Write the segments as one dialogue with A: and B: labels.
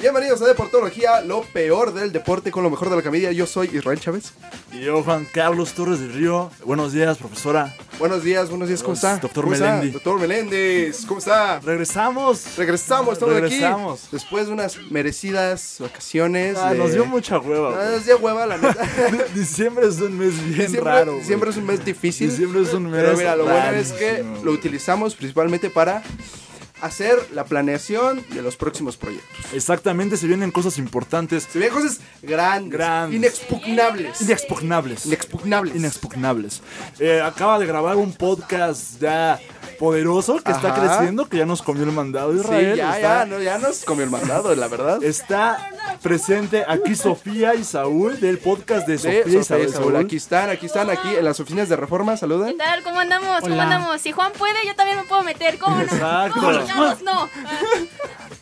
A: Bienvenidos a Deportología, lo peor del deporte con lo mejor de la comedia. Yo soy Israel Chávez.
B: Y yo, Juan Carlos Torres del Río. Buenos días, profesora.
A: Buenos días, buenos días, ¿cómo
B: Buenos-
A: está?
B: doctor
A: ¿Cómo está?
B: Melendi.
A: Doctor Meléndez, ¿cómo está?
B: Regresamos.
A: Regresamos, estamos
B: Regresamos.
A: aquí. Después de unas merecidas vacaciones.
B: Ah,
A: de-
B: Nos dio mucha hueva.
A: Ah,
B: güey.
A: nos dio hueva, la neta.
B: Diciembre es un mes bien
A: Siempre-
B: raro. güey.
A: siempre es un mes difícil.
B: Diciembre es un mes.
A: Pero mira, lo bueno es
B: rarísimo,
A: que
B: güey.
A: lo utilizamos principalmente para hacer la planeación de los próximos proyectos.
B: Exactamente, se vienen cosas importantes.
A: Se ven cosas grandes,
B: Grandes.
A: inexpugnables.
B: Inexpugnables.
A: Inexpugnables.
B: Inexpugnables. Eh, acaba de grabar un podcast ya poderoso que está
A: Ajá.
B: creciendo, que ya nos comió el mandado de
A: Sí,
B: Israel.
A: ya,
B: Está-
A: ya, no, ya nos comió el mandado, la verdad.
B: Está presente aquí Sofía y Saúl del podcast de
A: Sí,
B: Sofía,
A: Sofía
B: y Saúl.
A: y Saúl, Aquí están, aquí están, aquí en las oficinas de Reforma,
C: ¿Qué
A: saludan.
C: tal? ¿Cómo andamos? ¿Cómo
D: Hola.
C: andamos? Si Juan puede, yo también me puedo meter. ¿Cómo no?
B: Exacto.
C: ¿Cómo chingados no?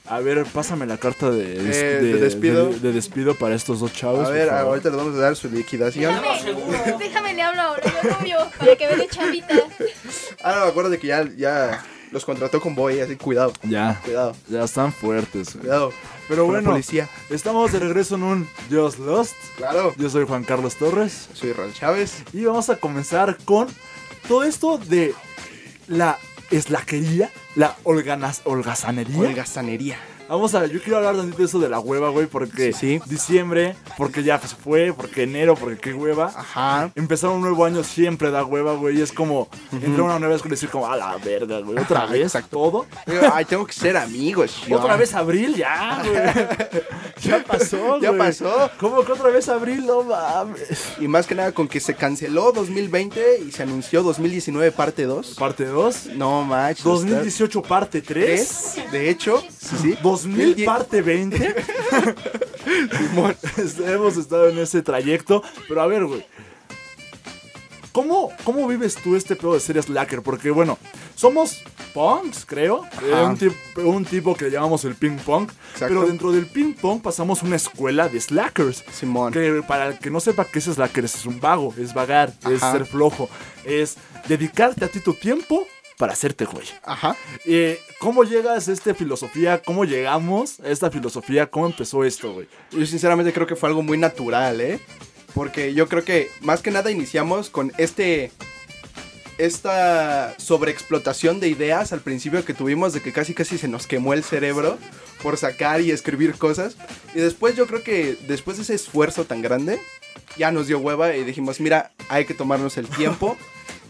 B: A ver, pásame la carta de, des-
A: Eh, de despido.
B: de- de despido para estos dos chavos.
A: A
B: por
A: ver,
B: favor.
A: ahorita les vamos a dar su liquidación.
C: Déjame, déjame le hablo ahora, yo novio, para que vea de chavita.
A: ¿Ah, Ahora me acuerdo de que ya, ya los contrató con Boy, así cuidado,
B: Ya,
A: cuidado,
B: ya están fuertes. güey.
A: cuidado.
B: Pero
A: con la
B: bueno,
A: policía.
B: estamos de regreso en un Just Lost.
A: Claro.
B: Yo soy Juan Carlos Torres
A: Soy Ral Chávez.
B: y vamos a comenzar con todo esto de la eslaquería, la holganas- holgazanería.
A: Holgazanería.
B: Vamos a, yo quiero hablar tantito de eso de la hueva, güey, porque
A: Sí, sí.
B: diciembre, porque ya se fue, porque enero, porque qué hueva.
A: Ajá.
B: Empezar un nuevo año siempre da hueva, güey. y Es como entrar a una nueva escuela y decir como, a la verga, güey. Otra vez, todo.
A: Ay, tengo que ser amigos. yo.
B: Otra vez abril, ya, güey. ya pasó,
A: Ya
B: güey.
A: pasó.
B: ¿Cómo que otra vez abril? No mames.
A: Y más que nada con que se canceló 2020 y se anunció 2019 parte 2.
B: Parte 2.
A: No, macho.
B: 2018 parte 3.
A: De hecho, sí, sí.
B: 2000
A: Die-
B: parte 20. Simón, este, hemos estado en ese trayecto. Pero a ver, güey. ¿Cómo, ¿Cómo vives tú este pedo de ser slacker? Porque, bueno, somos punks, creo. Eh,
A: Ajá.
B: un, tip- un tipo que le llamamos el ping pong.
A: Exacto.
B: Pero dentro del ping pong pasamos una escuela de slackers.
A: Simón.
B: Que para el que no sepa qué es slacker, es un vago, es vagar, es
A: Ajá.
B: ser flojo. Es dedicarte a ti tu tiempo para hacerte güey.
A: Ajá.
B: Eh, ¿Cómo llegas a esta filosofía? ¿Cómo llegamos a esta filosofía? ¿Cómo empezó esto, güey?
A: Yo sinceramente creo que fue algo muy natural, ¿eh? Porque yo creo que más que nada iniciamos con este... Esta sobreexplotación de ideas al principio que tuvimos de que casi casi se nos quemó el cerebro por sacar y escribir cosas. Y después yo creo que después de ese esfuerzo tan grande, ya nos dio hueva y dijimos, mira, hay que tomarnos el tiempo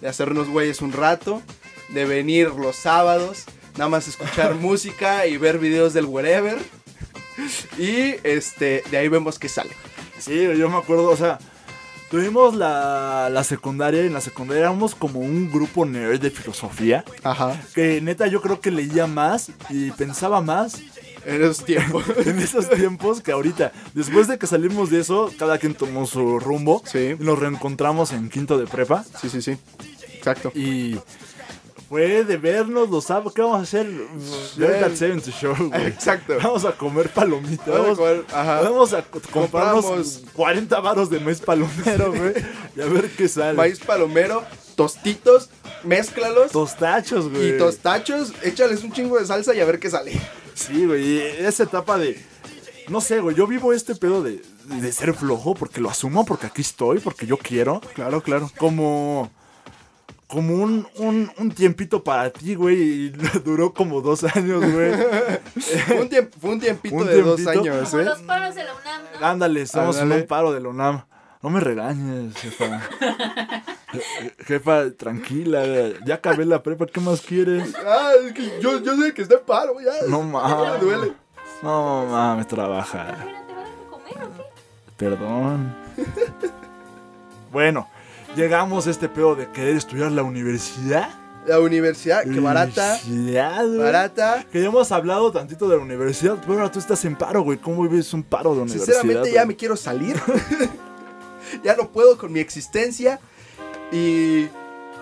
A: de hacernos güeyes un rato, de venir los sábados, nada más escuchar música y ver videos del wherever. Y este, de ahí vemos que sale.
B: Sí, yo me acuerdo, o sea, tuvimos la, la secundaria y en la secundaria éramos como un grupo nerd de filosofía.
A: Ajá.
B: Que neta yo creo que leía más y pensaba más
A: En esos tiempos.
B: en esos tiempos que ahorita. Después de que salimos de eso, cada quien tomó su rumbo.
A: Sí.
B: Y nos reencontramos en quinto de prepa.
A: Sí, sí, sí. Exacto.
B: Y fue de vernos los sábados. ¿Qué vamos a hacer? Ver
A: Ver-
B: That 70 Show, güey.
A: Exacto.
B: Vamos a comer palomitas.
A: Vamos a comer, ajá.
B: vamos a co- comprarnos
A: Compramos.
B: 40 varos de maíz palomero, güey. Y a ver qué sale.
A: Maíz palomero, tostitos, mézclalos
B: Tostachos, güey.
A: y tostachos, échales un chingo de salsa y a ver qué sale.
B: Sí, güey. y Esa etapa de. No sé, güey. Yo vivo este pedo de, de ser flojo porque lo asumo, porque aquí estoy, porque yo quiero.
A: Claro, claro.
B: Como. Como un, un, un tiempito para ti, güey. Y duró como dos años, güey.
A: un tiemp- fue un tiempito
B: Un
A: de dos
B: tiempito.
A: años,
C: Como
A: ¿eh?
C: los paros de la UNAM, ¿no?
B: Ándale, estamos en
A: Ándale.
B: un paro de la UNAM. No me regañes, jefa. Je- jefa, tranquila, ya acabé la prepa, ¿qué más quieres?
A: Ah, es que yo, yo sé que está en paro, ya.
B: No
A: Ya me duele.
B: mames. No mames, trabaja.
C: Espera, ¿te va a dar de comer o qué?
B: Perdón. Bueno, llegamos a este pedo de querer estudiar la universidad.
A: La universidad, que barata,
B: Universidad, güey.
A: barata.
B: Que ya hemos hablado tantito de la universidad, pero ahora tú estás en paro, güey. ¿Cómo vives un paro de universidad?
A: Sinceramente ya
B: güey?
A: me quiero salir. ya no puedo con mi existencia. Y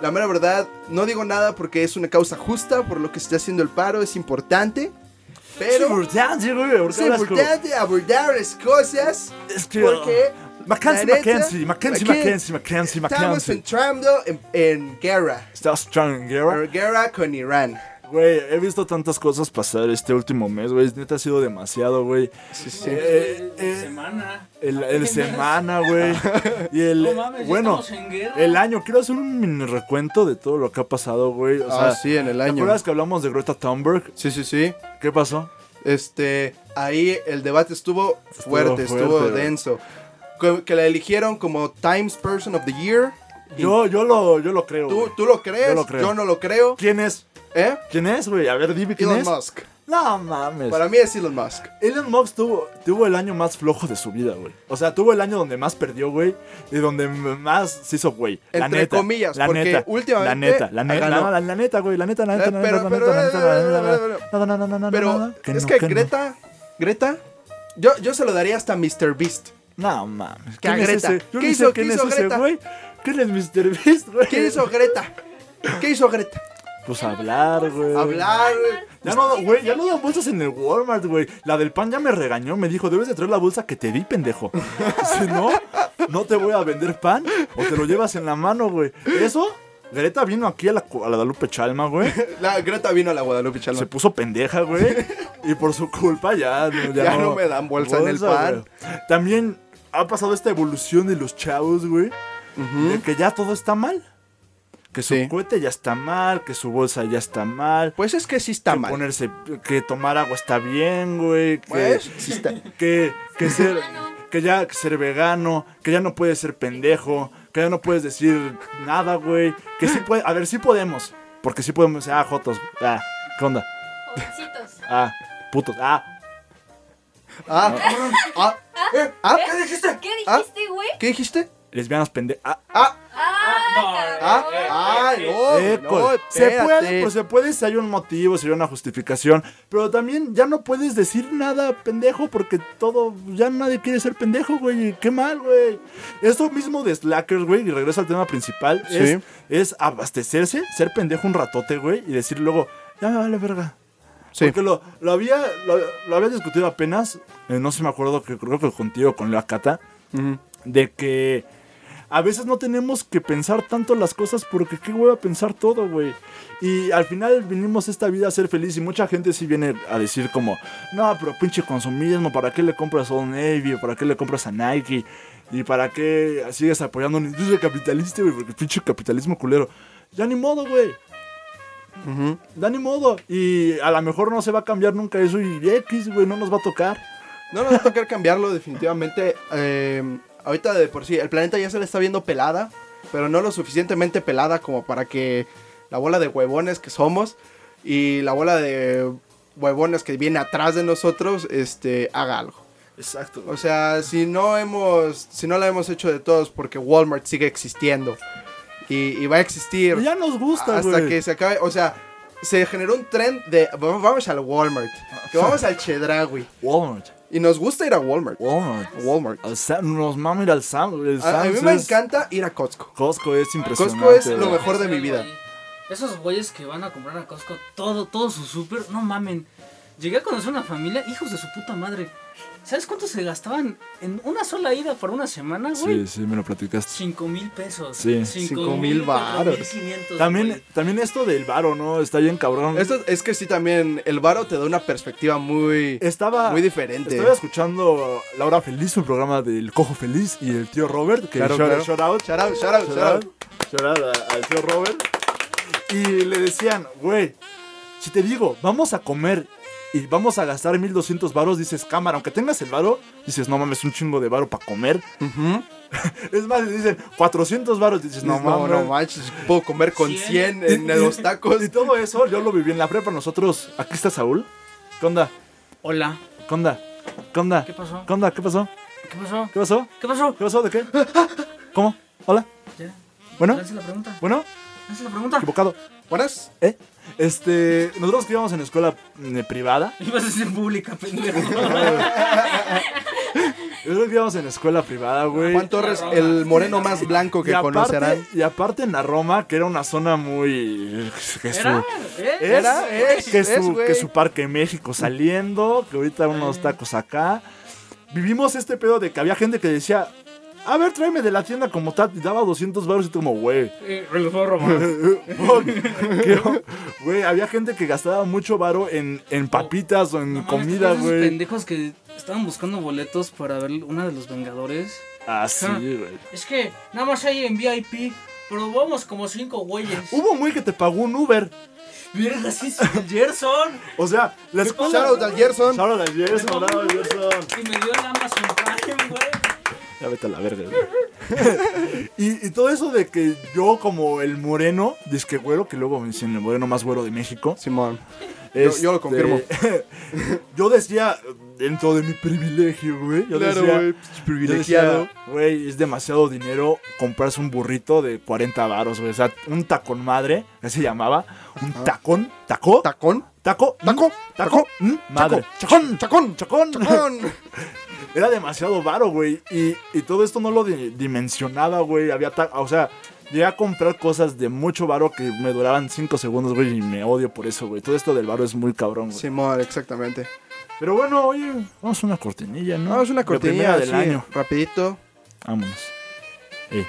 A: La mera verdad, no digo nada porque es una causa justa, por lo que se está haciendo el paro, es importante.
B: Es
A: Pero
B: importante, ah, güey. ¿por
A: es
B: qué hablas como-
A: importante abordar las cosas
B: Es que. ah,
A: porque
B: Mackenzie,
A: la neta,
B: Mackenzie, Mackenzie,
A: aquí
B: Mackenzie, Mackenzie,
A: estamos
B: Mackenzie.
A: entrando en, en guerra.
B: ¿Estás strong en guerra?
A: En guerra con Irán.
B: Güey, he visto tantas cosas pasar este último mes, güey. Neta ha sido demasiado, güey.
A: Sí, sí.
B: Eh, eh,
D: semana.
B: El, el
D: Apenas.
B: semana, güey. Y el.
D: No mames, ya
B: bueno,
D: estamos en guerra.
B: el año. Quiero hacer un mini recuento de todo lo que ha pasado, güey. O sea,
A: ah, sí, en el
B: ¿Te
A: año.
B: acuerdas que hablamos de Greta Thunberg?
A: Sí, sí, sí.
B: ¿Qué pasó?
A: Este, ahí el debate estuvo fuerte,
B: fuerte,
A: estuvo,
B: güey.
A: denso. Que, que la eligieron como Times Person of the Year. Y
B: Yo, yo, lo, yo lo creo.
A: ¿Tú,
B: güey.
A: tú lo crees?
B: Yo lo creo.
A: Yo no lo creo.
B: ¿Quién es?
A: ¿Eh?
B: ¿Quién es, güey? A ver, dime quién
A: Elon
B: es.
A: Musk.
B: No mames.
A: Para mí es Elon Musk.
B: Elon Musk tuvo, tuvo el año más flojo de su vida, güey. O sea, tuvo el año donde más perdió, güey. Y donde m- más se hizo, güey. La
A: Entre
B: neta,
A: comillas,
B: la
A: porque
B: neta, La
A: últimamente
B: neta, la neta,
A: ganó.
B: no, la, la neta, güey. La neta, la neta,
A: Eh,
B: la
A: pero-
B: neta, la
A: pero-
B: neta, la neta, la neta, la neta. No, no, no, no, no, no,
A: Pero
B: no,
A: es
B: no,
A: que
B: no.
A: Greta, Greta, yo, yo se lo daría hasta Mr. Beast.
B: No, mames.
A: Que a
B: ¿Quién es
A: Greta.
B: ese? Yo
A: ¿Qué
B: ni
A: hizo-
B: sé
A: qué
B: ¿Quién es
A: hizo
B: ese,
A: Greta?
B: güey? ¿Quién es Mr. Beast, güey?
A: ¿Qué hizo Greta? ¿Qué hizo Greta?
B: Pues hablar, güey.
A: Hablar.
B: Ya no, güey, ya no dan bolsas en el Walmart, güey. La del pan ya me regañó, me dijo, debes de traer la bolsa que te di, pendejo. Si no, no te voy a vender pan o te lo llevas en la mano, güey. Eso, Greta vino aquí a la, cu- a la Guadalupe Chalma, güey.
A: La, Greta vino a la Guadalupe
B: Se
A: Chalma.
B: puso pendeja, güey. Y por su culpa ya, ya,
A: Ya no me dan bolsa en el pan.
B: güey. También ha pasado esta evolución de los chavos, güey. De que ya todo está mal. Que su
A: Sí.
B: cohete ya está mal, que su bolsa ya está mal
A: Pues es que sí está
B: que
A: mal.
B: ponerse que tomar agua está bien, güey, que
A: Pues sí está.
B: que, que ser
C: Vegano.
B: que ya ser vegano, que ya no puedes ser pendejo, que ya no puedes decir nada, güey, que sí puede, a ver, sí podemos, porque sí podemos, ah, jotos, ah, ¿qué onda?
C: Jovencitos.
B: Ah, putos, ah,
A: Ah, ah, eh, ah, ¿qué dijiste?
C: ¿Qué
A: Ah,
C: dijiste, güey?
A: ¿Qué dijiste?
B: lesbianas pendejos, ah,
A: Ah,
C: Ah,
A: ah,
C: cabrón.
A: ah, no,
B: École.
A: no,
B: Eh, se
A: espérate.
B: puede, pues se puede si hay un motivo, si hay una justificación, pero también ya no puedes decir nada pendejo porque todo, ya nadie quiere ser pendejo, güey, y qué mal, güey. Esto mismo de Slackers, güey, y regreso al tema principal,
A: Sí.
B: es, es abastecerse, ser pendejo un ratote, güey, y decir luego, ya me vale verga.
A: Sí.
B: Porque lo, lo había, lo, lo había discutido apenas, eh, no sé, me acuerdo que creo que contigo, con la Cata,
A: Ujú.
B: de que a veces no tenemos que pensar tanto las cosas porque qué hueva pensar todo, güey. Y al final vinimos a esta vida a ser feliz y mucha gente sí viene a decir como, no, pero pinche consumismo, ¿para qué le compras a Old Navy? ¿Para qué le compras a Nike? ¿Y para qué sigues apoyando una industria capitalista, güey? Porque pinche capitalismo culero. Ya ni modo, güey.
A: Ujú.
B: Ya ni modo. Y a lo mejor no se va a cambiar nunca eso y X, güey, no nos va a tocar.
A: No nos va a tocar cambiarlo definitivamente. Eh, ahorita de por sí, el planeta ya se le está viendo pelada, pero no lo suficientemente pelada como para que la bola de huevones que somos y la bola de huevones que viene atrás de nosotros este, haga algo.
B: Exacto.
A: O sea, si no hemos, si no la hemos hecho de todos porque Walmart sigue existiendo y, y va a existir
B: Ya nos gusta, güey.
A: hasta que se acabe, o sea, se generó un tren de "Va- vamos al Walmart, que vamos al Chedraui.
B: Walmart.
A: Y nos gusta ir a Walmart.
B: Walmart.
A: Walmart.
B: Al Sam, nos mama ir al Sam. El
A: A, a mí
B: Sam's
A: me
B: es-
A: encanta ir a Costco.
B: Costco es impresionante.
A: Costco es lo
B: güey.
A: mejor de mi
D: Ese
A: vida.
D: güey, Esos güeyes que van a comprar a Costco todo, todo su súper, no mamen. Llegué a conocer una familia, hijos de su puta madre. ¿Sabes cuánto se gastaban en una sola ida por una semana, güey?
B: Sí, sí, me lo platicaste.
D: 5 mil pesos.
B: Sí.
A: Cinco mil varos.
D: 4,500,
B: También,
D: güey.
B: también esto del varo, ¿no? Está bien cabrón.
A: Esto es que sí también el varo te da una perspectiva muy
B: Estaba.
A: muy diferente.
B: Estaba escuchando La Hora Feliz, un programa del Cojo Feliz y el tío Robert. Que
A: Claro,
B: shout,
A: claro.
B: shout out.
A: Shout out, shout out,
B: Shout
A: shout out.
B: out. Shout out a- al tío Robert. Y le decían, güey, si te digo, vamos a comer y vamos a gastar 1200 varos, dices, cámara, aunque tengas el varo, dices, no mames, un chingo de varo para comer.
A: Ujú.
B: Es más, le dicen 400 varos, dices, no,
A: No, no,
B: mames.
A: manches, puedo comer con
D: Cien.
A: 100 en los tacos.
B: Y todo eso yo lo viví en la prepa. Nosotros, aquí está Saúl. ¿Qué onda?
D: Hola,
B: ¿Qué onda? ¿Qué onda?
D: ¿qué pasó?
B: ¿Qué onda? ¿Qué pasó?
D: ¿Qué pasó?
B: ¿Qué pasó?
D: ¿Qué pasó?
B: ¿Qué pasó? ¿De qué? ¿Cómo? ¿Hola?
D: Ya.
B: ¿Bueno?
D: Lanza la pregunta.
B: ¿Bueno?
D: Lanza la pregunta.
B: ¿Equivocado?
A: Buenas.
B: ¿Eh? Este, nosotros que íbamos en escuela mm, privada,
D: Ibas a ser pública, pendejo.
B: Yo creo que íbamos en escuela privada, güey.
A: Juan Torres, el moreno más blanco que
B: y aparte,
A: conocerán.
B: Y aparte en la Roma, que era una zona muy... que su-
D: Era, ¿eh?
A: Era, es,
B: que,
A: es,
B: su,
A: güey.
B: que su Parque México saliendo, que ahorita
D: Mm.
B: unos tacos acá. Vivimos este pedo de que había gente que decía, a ver, tráeme de la tienda como tal, y daba 200 baros y tú como, güey.
D: Eh, me los voy a robar.
B: fuck, qué- Güey, había gente que gastaba mucho varo en, en papitas o en
D: No mames,
B: comida,
D: esos
B: güey.
D: pendejos que estaban buscando boletos para ver una de los Vengadores.
B: Así,
D: Ajá.
B: Ah, güey.
D: Es que nada más hay en VIP, pero vamos como cinco güeyes.
B: Hubo un güey que te pagó un Uber.
D: Mierda, sí, sí, el Gerson.
B: O sea, la escuela.
A: Shout al Gerson.
B: Shout out a Gerson,
D: Me pagó
B: bravo,
D: un Uber.
B: Gerson.
D: Y me dio el Amazon Prime, güey.
B: Ya vete a la verga, güey. y, y todo eso de que yo, como el moreno, disque güero, que luego me dicen el moreno más güero de México. este,
A: Simón. Yo- yo lo confirmo.
B: yo decía, dentro de mi privilegio, güey. Yo
A: Claro,
B: decía,
A: güey,
B: yo
A: privilegiado.
B: decía, Güey, es demasiado dinero comprarse un burrito de 40 varos, güey. O sea, un tacón madre, así se llamaba. Un tacón, taco,
A: ¿Tacón?
B: taco, mm,
A: ¿Taco?
B: taco,
A: ¿Taco?
B: mm, madre.
A: ¡Chacón! ¡Chacón!
B: Chacón,
A: ¡Chacón!
B: Era demasiado varo, güey. Y, y todo esto no lo di- dimensionaba, güey. Había ta- O sea, llegué a comprar cosas de mucho varo que me duraban 5 segundos, güey. Y me odio por eso, güey. Todo esto del varo es muy cabrón, güey.
A: Simón, exactamente.
B: Pero bueno, oye, vamos a una cortinilla, ¿no?
A: Vamos a una
B: La primera
A: cortinilla
B: del
A: así,
B: año.
A: rapidito.
B: Vámonos. Eh.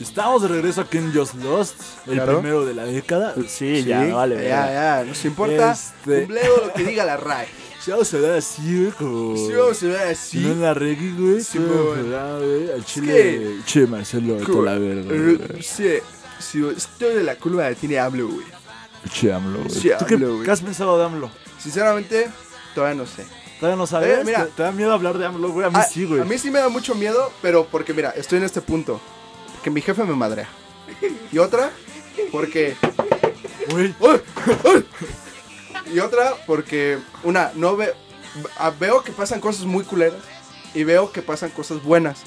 B: Estamos de regreso aquí en Just Lost, el
A: Claro.
B: primero de la década. Sí, ya, vale,
A: Ya,
B: verga.
A: ya, nos importa
B: Este-
A: un bledo lo que diga la RAE.
B: Ya os hará así, güey, como-
A: Sí, o sea,
B: Si no
A: sí.
B: la reggae, güey,
A: Sí,
B: sí, pero,
A: güey.
B: güey, al chile,
A: que-
B: che, Marcelo, vete a la verga,
A: Eh,
B: güey.
A: Sí, sí, estoy de la culpa de tiene hablo, güey.
B: Che, AMLO, güey.
A: Sí,
B: ¿Tú qué,
A: AMLO, güey.
B: qué has pensado de AMLO?
A: Sinceramente, todavía no sé.
B: Todavía no sabes,
A: Eh, mira.
B: ¿Te, te da miedo hablar de AMLO, güey, a mí
A: Ah,
B: sí, güey.
A: A mí sí me da mucho miedo, pero porque mira, estoy en este punto. Porque mi jefe me madrea. Y otra, porque.
B: Güey,
A: ¡Ay! ¡Ay! Y otra, porque. Una, no ve, a- veo que pasan cosas muy culeras. Y veo que pasan cosas buenas.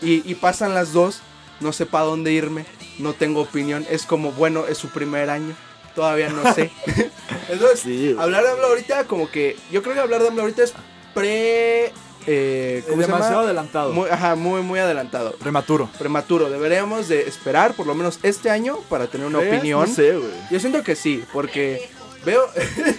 A: Y, y pasan las dos. No sé para dónde irme. No tengo opinión. Es como, bueno, es su primer año. Todavía no sé. Entonces,
B: Sí, güey.
A: hablar de AMLO ahorita, como que. Yo creo que hablar de AMLO ahorita es pre. eh, ¿cómo se llama?
B: demasiado adelantado,
A: Muy, ajá, muy, muy adelantado.
B: prematuro.
A: Prematuro. Deberíamos de esperar por lo menos este año para tener una
B: ¿Crees?
A: opinión.
B: Eh, No sé, güey.
A: Yo siento que sí, porque veo...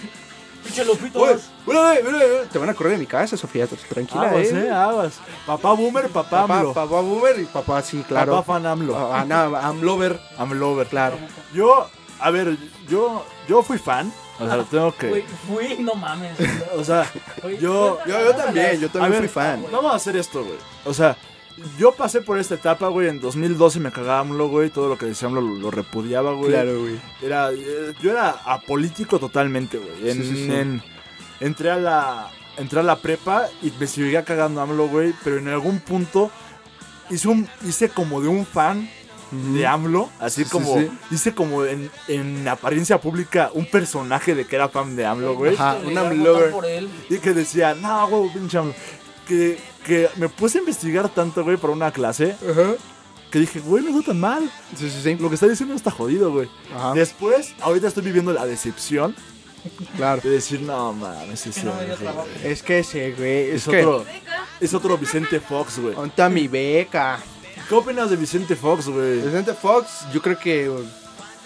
B: Pinche
A: Uy, uy, uy, uy, uy, Te van a correr de mi casa, Sofía, t- tranquila,
B: Aguas, eh,
A: eh.
B: aguas. Papá boomer, papá
A: Papá,
B: AMLO.
A: papá boomer y papá, sí, claro.
B: Papá fan AMLO.
A: Ah, no, Amlover,
B: AMLOver.
A: claro.
B: Yo, a ver, yo, yo fui fan. O sea, lo tengo
D: Ah. Güey,
B: que...
D: fui, no mames.
B: O sea,
D: Güey,
B: yo...
A: Yo, yo también, yo
B: A
A: también
B: ver,
A: fui fan.
B: Vamos a hacer esto, güey. O sea, yo pasé por esta etapa, güey. En 2012 me cagaba AMLO, güey. Todo lo que decía AMLO lo, lo repudiaba, güey.
A: Claro, güey.
B: Era, eh, yo era apolítico totalmente, güey. En-
A: Sí, sí, sí.
B: en- entré, a la, entré a la prepa y me seguía cagando AMLO, güey. Pero en algún punto hice, un, hice como de un fan de AMLO. Así
A: Sí, sí,
B: como
A: sí.
B: hice como en, en apariencia pública un personaje de que era fan de AMLO, güey.
A: Ajá,
D: Tengo
A: un
D: que votar
A: Amlover.
D: por él.
B: Y que decía, no, güey, pinche AMLO". Que, que me puse a investigar tanto, güey, para una clase.
A: Ajá.
B: Que dije, güey, no está tan mal.
A: Sí, sí, sí.
B: Lo que está diciendo está jodido, güey.
A: Ajá,
B: Después, ahorita estoy viviendo la decepción
A: claro.
B: de decir, no, mames, ese
D: Que no me dio
B: güey,
D: trabajo.
B: güey,
A: Es que ese, güey,
B: es
A: es que...
B: otro, es otro Vicente Fox, güey.
A: Onta mi beca.
B: ¿Qué opinas de Vicente Fox, güey?
A: Presidente Fox, yo creo que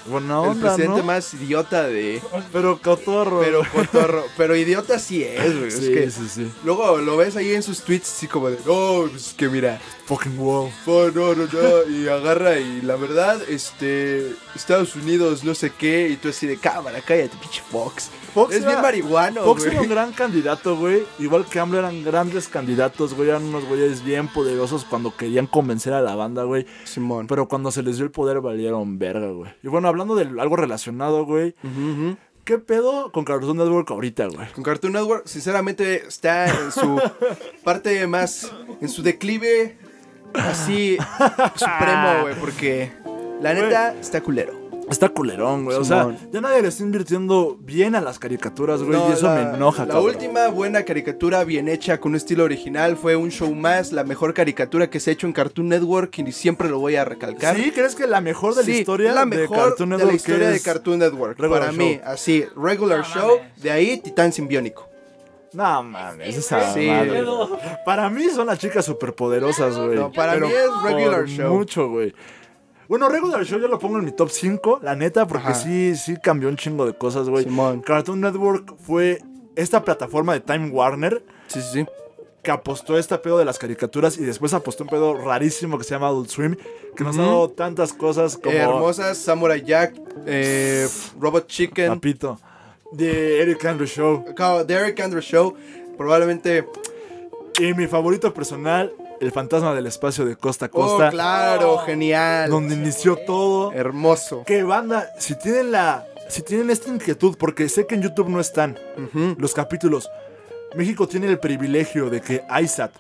B: Bueno,
A: el presidente más idiota de...
B: Pero cotorro.
A: Pero cotorro, pero idiota sí es, güey.
B: sí,
A: es que
B: sí, sí.
A: Luego lo ves ahí en sus tweets así como de, no, pues que mira,
B: Fucking wow.
A: fue, no, no, no, y agarra y la verdad, este, Estados Unidos, no sé qué, y tú así de cámara, cállate, pinche Fox.
B: Fox
A: es
B: era-
A: bien marihuano,
B: Fox
A: güey.
B: era un gran candidato, güey. Igual que AMLO eran grandes candidatos, güey. Eran unos güeyes bien poderosos cuando querían convencer a la banda, güey.
A: Simón.
B: Pero cuando se les dio el poder valieron verga, güey. Y bueno, hablando de algo relacionado, güey.
A: Ujú, ujú.
B: ¿Qué pedo con Cartoon Network ahorita, güey?
A: Con Cartoon Network, sinceramente, está en su parte más, en su declive así
B: Ah.
A: supremo, güey, porque la neta está culero.
B: Está culerón, güey. O sea,
A: Simón.
B: ya nadie le está invirtiendo bien a las caricaturas, güey.
A: No,
B: y eso
A: la-
B: me enoja,
A: La
B: cabrón.
A: última buena caricatura bien hecha con un estilo original fue un show más, la mejor caricatura que se ha hecho en Cartoon Network y siempre lo voy a recalcar.
B: ¿Sí? ¿Crees que la mejor de la
A: Sí,
B: historia
A: la
B: de
A: mejor
B: Cartoon
A: de
B: Network
A: la historia
B: es-
A: de Cartoon Network.
B: Regular
A: para
B: Show.
A: mí, así, Regular
D: No
A: Show,
D: mames.
A: de ahí Titán Simbiónico.
B: No mames, esa
A: Sí,
B: madre.
D: güey.
B: Para mí son las chicas superpoderosas, güey.
A: No, para
B: Pero
A: mí es Regular
B: por
A: Show.
B: Mucho, güey. Bueno, Regular Show yo lo pongo en mi top 5, la neta, porque
A: Ajá.
B: sí, sí cambió un chingo de cosas, güey.
A: Simón.
B: Cartoon Network fue esta plataforma de Time Warner
A: Sí, sí, sí.
B: que apostó este pedo de las caricaturas y después apostó un pedo rarísimo que se llama Adult Swim, que nos ha dado tantas cosas como...
A: hermosas, Samurai Jack, eh, Robot Chicken,
B: Papito. De Eric Andrew Show.
A: Derek Derek Andrew Show, probablemente...
B: Y mi favorito personal, El Fantasma del Espacio de Costa a Costa.
A: Oh, claro, genial.
B: Donde inició todo.
A: Hermoso.
B: Que banda, si tienen la. Si tienen esta inquietud, porque sé que en YouTube no están
A: Ujú.
B: los capítulos. México tiene el privilegio de que ISAT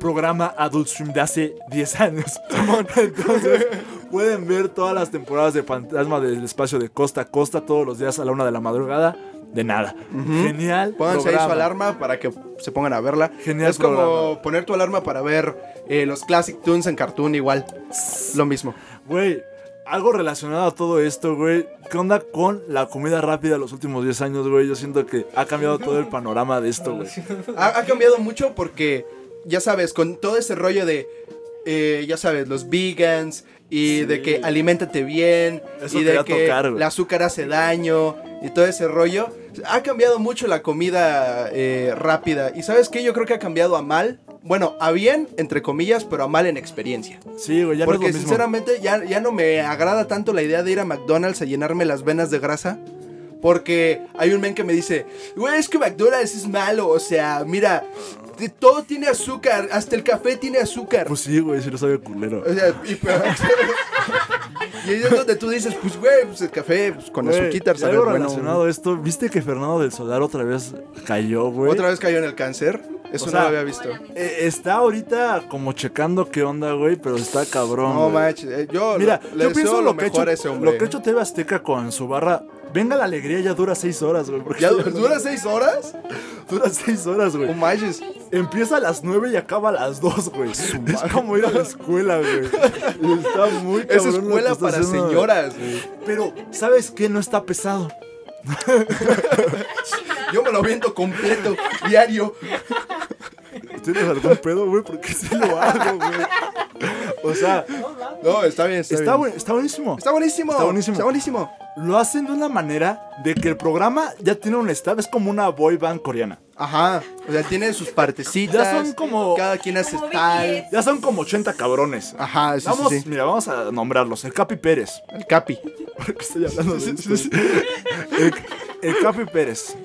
B: programa Adult Swim de hace 10 años. Entonces, pueden ver todas las temporadas de Fantasma del Espacio de Costa a Costa todos los días a la una de la madrugada. De nada. Genial.
A: Pónganse ahí su
B: programa.
A: alarma para que se pongan a verla.
B: Genial
A: es como
B: programa.
A: poner tu alarma para ver eh, los Classic Tunes en cartoon igual. Lo mismo.
B: Güey, algo relacionado a todo esto, güey. ¿Qué onda con la comida rápida los últimos 10 años, güey? Yo siento que ha cambiado todo el panorama de esto, güey.
A: Ha, ha cambiado mucho porque, ya sabes, con todo ese rollo de, eh, ya sabes, los vegans y
B: Sí.
A: de que aliméntate bien
B: Eso
A: y
B: te
A: de
B: iba a
A: que
B: tocar, güey.
A: el azúcar hace daño y todo ese rollo. Ha cambiado mucho la comida eh, rápida. ¿Y sabes qué? Yo creo que ha cambiado a mal. Bueno, a bien, entre comillas, pero a mal en experiencia.
B: Sí, güey, ya no
A: Porque
B: es lo mismo.
A: sinceramente ya, ya no me agrada tanto la idea de ir a McDonald's a llenarme las venas de grasa. Porque hay un men que me dice, güey, es que McDonald's es malo. O sea, mira, t- todo tiene azúcar, hasta el café tiene azúcar.
B: Pues sí, güey, sí lo sabe culero.
A: o sea, y, y ahí es donde tú dices, pues güey, pues el café pues, con
B: Güey,
A: azúcar,
B: y
A: sabe
B: algo
A: bueno".
B: relacionado a esto, ¿viste que Fernando del Solar otra vez cayó, güey?
A: Otra vez cayó en el cáncer. Eso
B: O
A: no
B: sea,
A: lo había visto.
B: Eh, está ahorita como checando qué onda, güey, pero está cabrón.
A: No
B: güey.
A: manches, eh, yo
B: Mira,
A: le
B: yo
A: deseo
B: pienso
A: lo
B: lo que, ha
A: mejor a ese
B: hecho,
A: hombre. ¿eh?
B: lo que ha hecho TV Azteca con su barra. Venga la alegría, ya dura 6 horas, güey. porque
A: ¿Ya du- dura seis horas?
B: dura 6 horas, güey.
A: No manches.
B: Empieza a las 9 y acaba a las 2, güey. Es como ir a la escuela, güey. Está muy cabrón.
A: Es
B: lo que
A: escuela
B: está
A: para
B: haciendo, güey.
A: señoras, güey.
B: Pero, ¿sabes qué? No está pesado.
A: Yo me lo viento completo, diario.
B: ¿Tienes algún pedo, güey? Porque sí lo hago, güey. O sea,
A: No, está bien, está,
B: está,
A: bien.
B: buen- está buenísimo.
A: Está buenísimo.
B: Está buenísimo.
A: Está buenísimo.
B: Lo hacen de una manera de que el programa ya tiene un staff. Es como una boy band coreana.
A: Ajá. O sea, tiene sus partecitas.
B: Ya son como-
A: Cada quien hace
C: Como
A: tal.
C: BTS.
B: Ya son como 80 cabrones.
A: Ajá, sí,
B: vamos,
A: sí, sí.
B: mira, vamos a nombrarlos. El Capi Pérez.
A: El Capi.
B: ¿Por qué estoy hablando de esto? El, el Capi Pérez.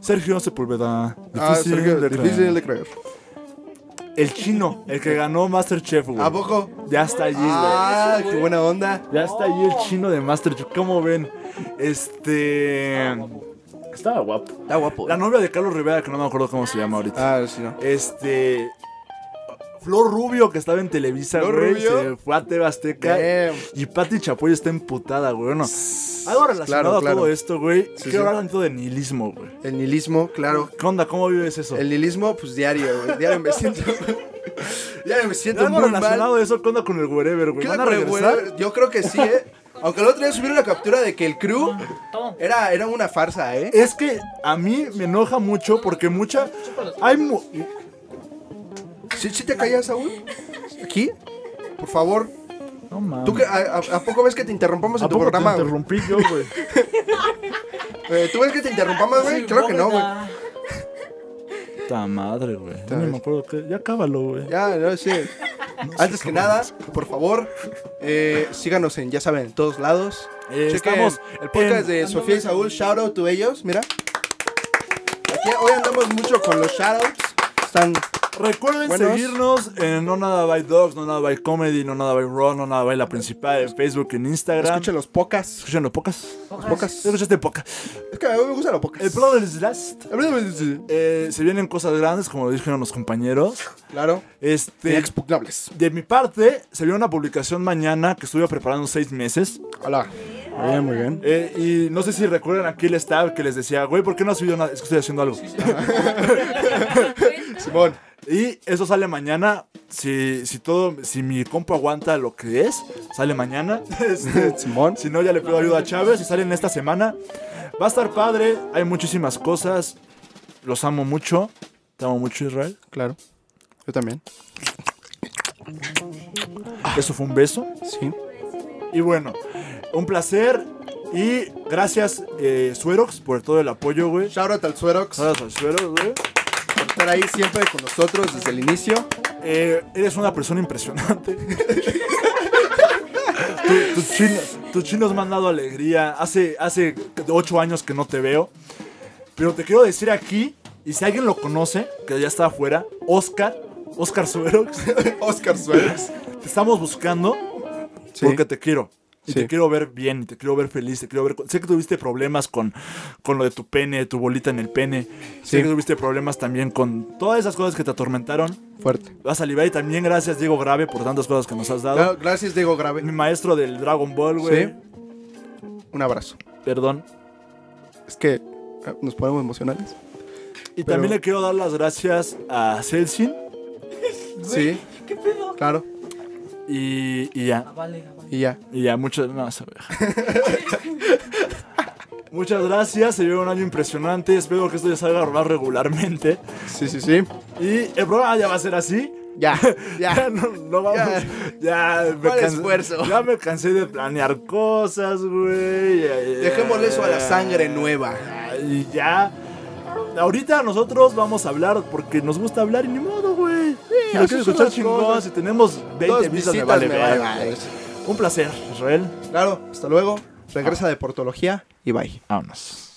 B: Sergio
A: Ah,
B: Sepúlveda. Difícil
A: Sergio,
B: de creer.
A: difícil de creer.
B: El chino, el que ganó Masterchef, güey.
A: ¿A poco?
B: Ya está allí, güey.
A: Ah, qué buena onda.
B: Ya está allí el chino de Masterchef. ¿Cómo ven? Este. Estaba guapo.
A: Está guapo. eh.
B: La novia de Carlos Rivera, que no me acuerdo cómo se llama ahorita.
A: Ah, sí, no.
B: Este. Flor Rubio, que estaba en Televisa,
A: Flor
B: güey,
A: Rubio.
B: se fue a TV Azteca.
A: Damn.
B: Y Pati Chapoy está emputada, güey. Bueno, algo relacionado
A: Claro,
B: a
A: claro.
B: todo esto, güey.
A: Sí,
B: Quiero
A: sí.
B: hablar tantito de nihilismo, güey.
A: El nihilismo, claro.
B: ¿Qué onda? ¿Cómo vives eso?
A: El nihilismo, pues diario, güey. Diario me siento. diario me siento
B: Algo
A: muy mal.
B: relacionado a eso, ¿qué onda con el wherever, güey?
A: ¿Qué
B: ¿Van a
A: onda con el
B: regresar?
A: güero? Yo creo que sí, ¿eh? Aunque el otro día subieron la captura de que el crew
D: Toma.
A: era, era una farsa, ¿eh?
B: Es que a mí me enoja mucho porque mucha. Hay. mu-
A: ¿Sí, sí te callas, Saúl? ¿Aquí? Por favor.
B: No mames.
A: ¿Tú que, a, a- a poco ves que te interrumpamos en tu programa,
B: te
A: güey?
B: interrumpí yo, güey?
A: Eh, ¿Tú ves que te interrumpamos, güey? Claro que no, güey.
B: Puta madre, güey. Ya
A: Ya
B: no
A: ves.
B: me acuerdo que. Ya cábalo, güey.
A: Ya, no sé. Antes que nada, por favor, eh, síganos en, ya saben, en todos lados.
B: Eh,
A: Chequen
B: estamos
A: el podcast de Sofía y Saúl. Shout out to ellos, mira. Aquí hoy andamos mucho con los shoutouts. Están
B: Recuerden
A: Buenos.
B: seguirnos en No Nada by Dogs, No Nada by Comedy, No Nada by Raw, No Nada by La Principal, en Facebook, en Instagram.
A: Escuchen los pocas.
B: Escuchen lo pocas.
D: Pocas.
B: Pocas. Escuchaste pocas.
A: Es que a mí me gustan los pocas.
B: El Brother is Last.
A: Claro.
B: Eh, se vienen cosas grandes, como lo dijeron los compañeros.
A: De
B: Este,
A: expugnables.
B: de mi parte, se viene una publicación mañana que estuve preparando seis meses.
A: Hola. Muy bien, muy bien.
B: Eh, y no sé si recuerdan aquí el staff que les decía, güey, ¿por qué no has subido nada? Es que estoy haciendo algo.
A: Simón.
B: Y eso sale mañana. Si, si todo, si mi compa aguanta lo que es, sale mañana. Este,
A: Simón.
B: si no, ya le pido ayuda a Chávez y salen esta semana. Va a estar padre, hay muchísimas cosas. Los amo mucho. Te amo mucho, Israel.
A: Claro. Yo también.
B: Eso fue un beso.
A: Sí.
B: Y bueno, un placer. Y gracias, eh, Suerox, por todo el apoyo, güey.
A: Shout out al Suerox
B: Gracias al Suerox, güey.
A: por estar ahí siempre con nosotros desde el inicio.
B: Eh, eres una persona impresionante. Tu- Tus chinos, tus chinos me han dado alegría. Hace, hace ocho años que no te veo. Pero te quiero decir aquí, y si alguien lo conoce, que ya está afuera, Oscar, Oscar Suerox,
A: Oscar Suerox.
B: te estamos buscando
A: Sí.
B: porque te quiero. Y
A: Sí.
B: te quiero ver bien, y te quiero ver feliz, te quiero ver... con- Sé que tuviste problemas con, con lo de tu pene, tu bolita en el pene. Sé
A: Sí.
B: que tuviste problemas también con todas esas cosas que te atormentaron.
A: Fuerte.
B: Vas a liberar y también gracias Diego Grave por tantas cosas que nos has dado.
A: Claro, gracias, Diego
B: Mi
A: Grave.
B: maestro del Dragon Ball, güey.
A: Sí. Un abrazo.
B: Perdón.
A: Es que eh, nos ponemos emocionales.
B: Y
A: Pero-
B: también le quiero dar las gracias a Celsin
A: Sí,
D: ¿Qué pedo?
A: claro.
B: y, y ya.
D: Ah, vale, ah, vale.
A: Y ya.
B: Y ya, muchas no, esa abeja. Muchas gracias, se lleva un año impresionante. Espero que esto ya salga a rolar regularmente.
A: Sí, sí, sí.
B: Y el programa ya va a ser así.
A: Ya,
B: Ya,
A: ya.
B: no, no vamos.
A: Ya.
B: Ya, me
A: ¿Cuál
B: cansé-
A: esfuerzo?
B: Ya me cansé de planear cosas, güey. Ya, ya,
A: Dejémosle eso a la sangre nueva.
B: Y ya. Ahorita nosotros vamos a hablar porque nos gusta hablar y ni modo, güey. Si lo
A: así
B: quieres
A: son
B: escuchar
A: las
B: chingón,
A: cosas.
B: si tenemos 20
A: Dos
B: visitas, me
A: visitas
B: vale,
A: me vale
B: verga.
A: madres.
B: Un placer, Israel.
A: Claro, hasta luego. Regresa de Portología y bye.
B: Vámonos.